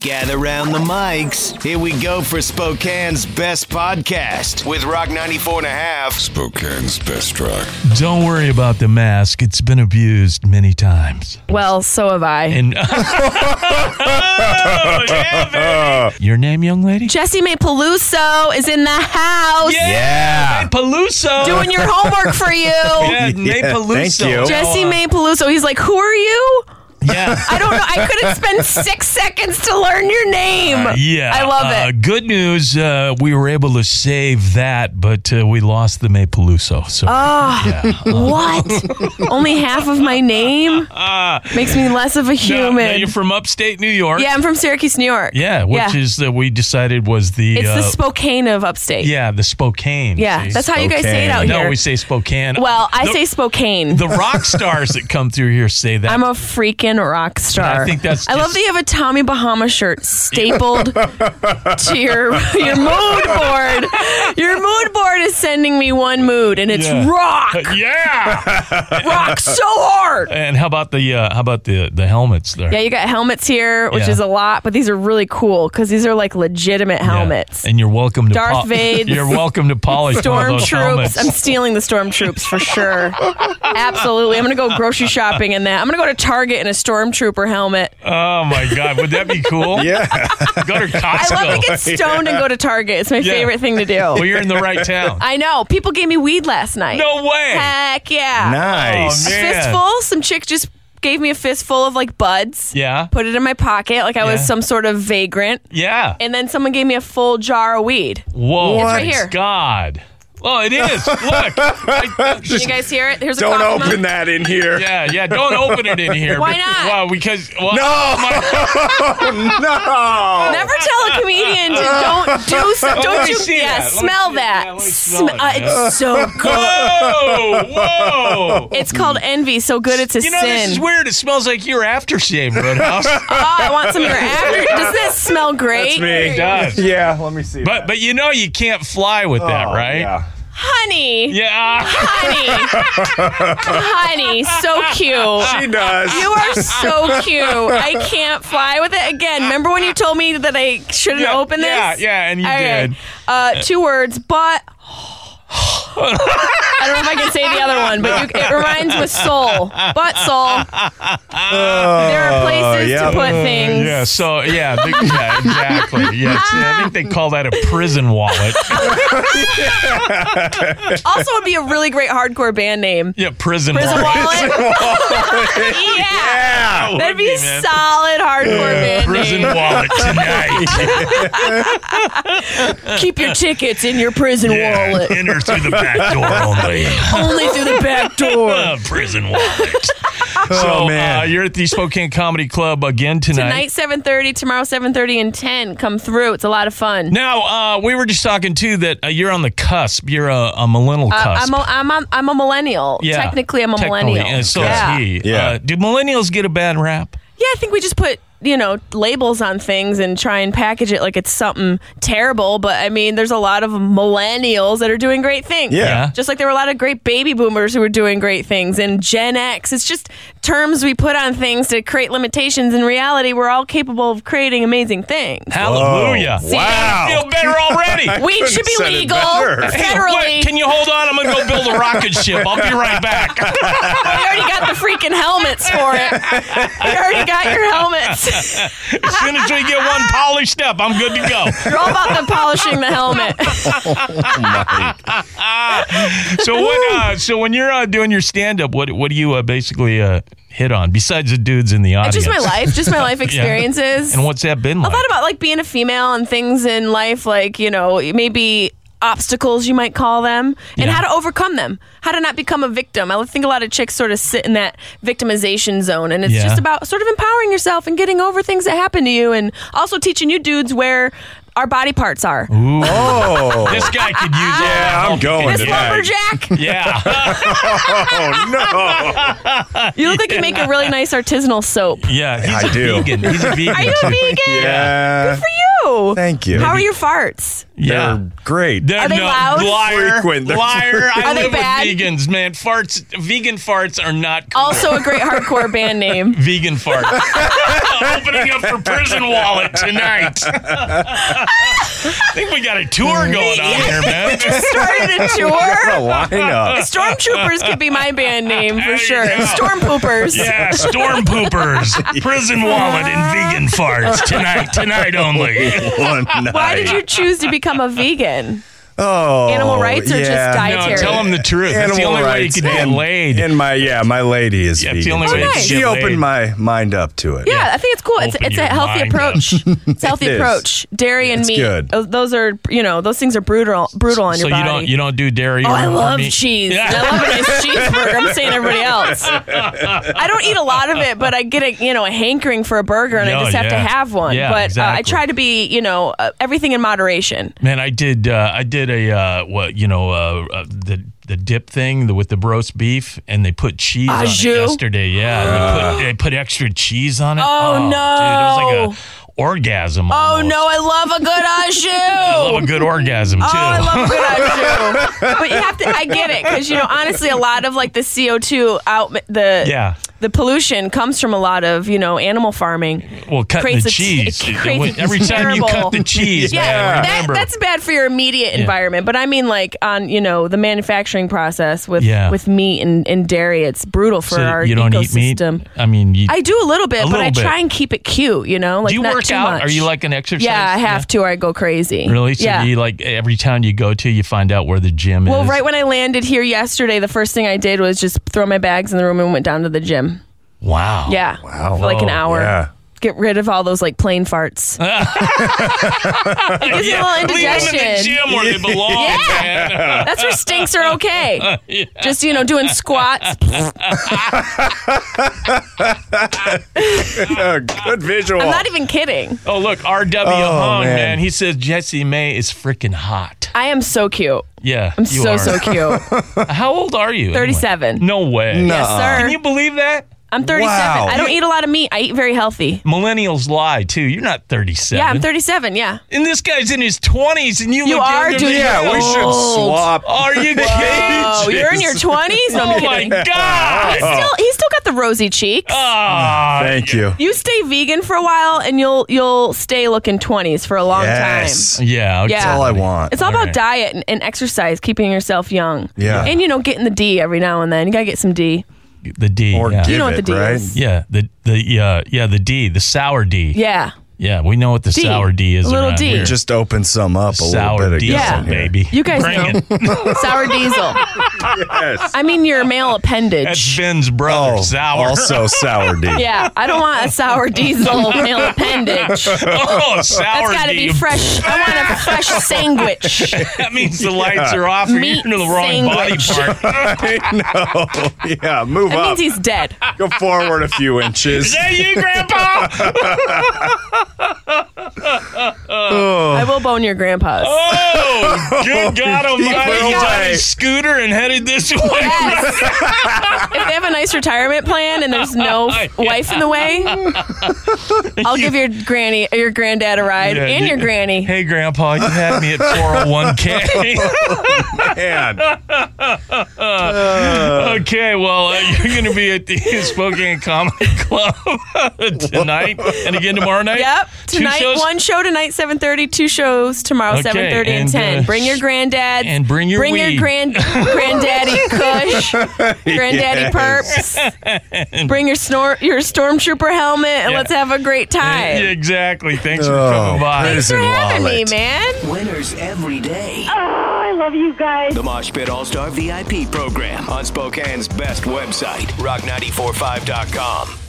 Gather round the mics. Here we go for Spokane's best podcast with Rock 94 and a half. Spokane's best rock. Don't worry about the mask. It's been abused many times. Well, so have I. And Oh, your name, young lady? Jessie May Peluso is in the house Yeah. Peluso. doing your homework for you. yeah, May Yeah, Peluso. thank you. Jesse May Peluso. He's like, who are you? Yeah. I don't know. I couldn't spend six seconds to learn your name. Yeah, I love uh, it. Good news, uh, we were able to save that, but uh, we lost the May Peluso. Oh, So What? Only half of my name makes me less of a Now- now human. you're from upstate New York. yeah, I'm from Syracuse, New York. Yeah, which yeah. is that we decided was the it's uh, the Spokane of upstate. yeah the Spokane. Yeah, See, that's how you guys say it out Spokane. No, here. we say Spokane. well, I The- say Spokane. the rock stars that come through here say that. I'm a freaking rock star. I think that's I love just- that you have a Tommy Bahama shirt stapled to your your mood board. Your mood board is sending me one mood, and it's Yeah. rock, yeah. rock so hard. and how about the uh, how about the the helmets there? Yeah, you got helmets here, which Yeah. is a lot, but these are really cool because these are like legitimate Yeah. helmets. And you're welcome to Darth pol- Vade's You're welcome to polish one of Storm those troops. helmets. I'm stealing the storm troops for sure. Absolutely. I'm going to go grocery shopping in that. I'm going to go to Target in a stormtrooper helmet. oh my god, would that be cool? Yeah. Go to I Costco. love to get stoned and go to Target. It's my Yeah. favorite thing to do. well, you're in the right town. I know. People gave me weed last night. no way. Heck yeah. nice. Oh, man. Fistful. Some chick just gave me a fistful of like buds. Yeah. Put it in my pocket like I Yeah. was some sort of vagrant. Yeah. And then someone gave me a full jar of weed. Whoa. It's right my here. God. Oh, it is. Look. I- Can you guys hear it? Here's a Don't cough mug. open that in here. yeah, yeah. Don't open it in here. Why Be- not? Well, because well, Oh, No. Never tell a comedian to don't do so. let Don't me you? see yeah, that. Let me smell see- that. yeah, let me smell Sm- it, uh, yeah. it's so good. Whoa, whoa. it's called envy. So good, it's a You know, sin. this is weird. It smells like your aftershave, Roadhouse. Oh, I want some of your after. Does this smell great? it does. Yeah, let me see. But but you know you can't fly with that, right? Oh, Yeah. Honey. Yeah. Honey. honey. So cute. She does. You are so cute. I can't fly with it again. Remember when you told me that I shouldn't Yeah, open this? yeah, yeah, and you All right. did. Uh, two words, but. I don't know if I can say the other one, but you, it rhymes with soul. But soul. there are places yeah. to put things. Yeah, so yeah, the- yeah, exactly. Yeah, it's- I think they call that a prison wallet. Also, would be a really great hardcore band name. Yeah, prison, Prison wallet. Wallet. yeah. yeah. That'd be a man. solid hardcore band Prison name. wallet tonight. Keep your tickets in your prison Yeah, wallet. enter through the back door only. Only through the back door. Uh, prison wallet. Oh, so man. Uh, you're at the Spokane Comedy Club again Tonight, 7.30, tomorrow, 7.30 and 10. Come through. It's a lot of fun. Now, uh, we were just talking too that uh, you're on the cusp. You're a, a millennial I- cusp. Uh, I'm, a, I'm, a, I'm a millennial. Yeah. Technically, I'm a Technically, millennial. And so is yeah. he. Yeah. Uh, do millennials get a bad rap? Yeah, I think we just put, you know, labels on things and try and package it like it's something terrible. But, I mean, there's a lot of millennials that are doing great things. Yeah. Just like there were a lot of great baby boomers who were doing great things and Gen X. It's just terms we put on things to create limitations. In reality, we're all capable of creating amazing things. Hallelujah. Oh, wow. I feel better already. Weed should be Couldn't have said it legal better. Hey, federally. wait, can you hold on? I'm going to go build a rocket ship. I'll be right back. we already got the freaking helmets for it. We already got your helmets. As soon as we get one polished up, I'm good to go. You're all about the polishing the helmet. So what? Uh, so when you're uh, doing your stand up, what what do you uh, basically uh, hit on besides the dudes in the audience? just my life, just my life experiences. And what's that been I like? thought about like being a female and things in life, like you know maybe obstacles you might call them, and Yeah. how to overcome them, how to not become a victim. I think a lot of chicks sort of sit in that victimization zone, and it's Yeah. just about sort of empowering yourself and getting over things that happen to you, and also teaching you dudes where our body parts are. Oh. this guy could use. Yeah, I'm going This to that. lumberjack, Yeah, Oh, no. you look like you make a really nice artisanal soap. yeah. He's I a do. vegan. He's a vegan. Are you a too. vegan? Yeah. For you. you. Thank you. How are your farts? Yeah. They're great. They're Are they no- loud? Liar. Frequent. They're Liar. I Are they live bad? Oh. with vegans, man. Farts. Vegan farts are not cool. Also, a great hardcore band name. vegan farts. Opening up for Prison Wallet tonight. I think we got a Mm-hmm. tour going on here, man. Started a What a tour. lineup. Stormtroopers could be my band name There you for sure. go. Storm poopers. Yeah, storm poopers, prison wallet, and vegan farts tonight, tonight only. One Why did night. you choose to become a vegan? Oh, Animal rights or just yeah. diet? No, Terry. tell them the truth. That's the Animal only way you rights can get and- laid. And my yeah, my lady is. Yeah, it's the vegan, only so way you can She get opened laid. my mind up to it. Yeah, I think it's cool. It's Open it's a your healthy mind approach. It's a healthy It is. approach. Dairy and It's meat. good. oh, Those are you know those things are brutal brutal on so your you body. don't you don't do dairy. Oh, or, I or love meat. cheese. Yeah. And I love a nice cheeseburger. I'm saying everybody else. I don't eat a lot of it, but I get a you know a hankering for a burger, and No, I just have to yeah. have one. Yeah, but uh, exactly. I try to be you know uh, everything in moderation. Man, I did. Uh, I did a uh, what you know uh, uh, the the dip thing the, with the roast beef, and they put cheese on it jus? yesterday. Yeah, they, put, they put extra cheese on it. Oh, dude, it no. was like a orgasm. Oh almost. no, I love a good au jus. love a good orgasm too. Oh, I love good au jus. but you have to. I get it because you know, honestly, a lot of like the CO two out the yeah. the pollution comes from a lot of you know animal farming. Well, cutting Creates the a t- cheese. it creates a Every time you cut terrible- the cheese, Yeah, man, that, remember. that's bad for your immediate environment. But I mean, like on you know the manufacturing process with Yeah. with meat and, and dairy, it's brutal for So our you don't eat ecosystem. meat. I mean, you, I do a little bit, but little I bit. try and keep it cute. You know, like do you not work too out? Much. Are you like an exercise? Yeah, I have to, or I go crazy. Really? So yeah. do you like every town you go to, you find out where the gym Well, is. right when I landed here yesterday, the first thing I did was just throw my bags in the room and went down to the gym. Wow. Yeah. Wow. For like an Oh, hour. yeah. Get rid of all those like plain farts. it gives you a little Leave them in the indigestion. gym where they belong, man. That's where stinks are okay. Just, you know, doing squats. Yeah, good visual. I'm not even kidding. Oh, look, R.W. Oh, Hung, man. man. He says Jesse May is freaking hot. I am so cute. Yeah. I'm you so, are. so cute. How old are you? anyway? 37. No way. No. Yes, Can sir. you believe that? I'm 37. Wow. I don't eat a lot of meat. I eat very healthy. Millennials lie, too. You're not 37. Yeah, I'm 37. Yeah. And this guy's in his 20s, and you, You look are, younger dude. than yeah, we him. should Old. swap. Are you kidding? Oh, you're in your 20s? No, I'm Oh, my kidding. God. He's still, he's still got the rosy cheeks. Ah, Thank you. You stay vegan for a while, and you'll you'll stay looking twenties for a long Yes. time. Yeah. okay. Yeah. That's all I want. It's all, about right. diet and, and exercise, keeping yourself young. Yeah. and you know, getting the D every now and then. You gotta get some D. The D. Or yeah. give You know what it, the D right? is. Yeah, the the yeah yeah the D, the sour D. Yeah, Yeah, we know what the D. sour D is. A little around D. here. Just open some up a sour little bit diesel, ago. Yeah. baby. you guys Bring know it. sour diesel. Yes. I mean, your male That's appendage. Ben's brother, Oh, sour. Also sour D. Yeah, I don't want a sour diesel male appendage. That's oh, sour gotta D. be fresh. I want a fresh sandwich. that means the lights are off or you're Meat into the wrong body sandwich. part. I know. Yeah, move That up. means he's dead. Go forward a few Is inches. that you, Grandpa? I will bone your grandpa's. Oh, good God Almighty! away. He got his scooter and headed this way. Yes. if they have a nice retirement plan and there's no f- wife in the way, I'll give your granny, your granddad a ride, Yeah, and you- your granny. Hey, Grandpa, you had me at 401k. Man. Okay, well, uh, you're going to be at the Spokane Comedy Club tonight and again tomorrow night. Yep. Two Tonight, shows? one show tonight, 7.30, two shows tomorrow, Okay, 7.30 and, and, 10. uh, bring your granddad. and bring your Bring weed. your grand, granddaddy kush, granddaddy perps. Bring your snor- your stormtrooper helmet, and Yeah. let's have a great Yeah, time. exactly. Thanks for Oh, coming by. praise Thanks for Prison having wallet. me, man. Winners every day. Oh, I love you guys. The Mosh Pit All Star VIP program on Spokane's best website, rock945.com.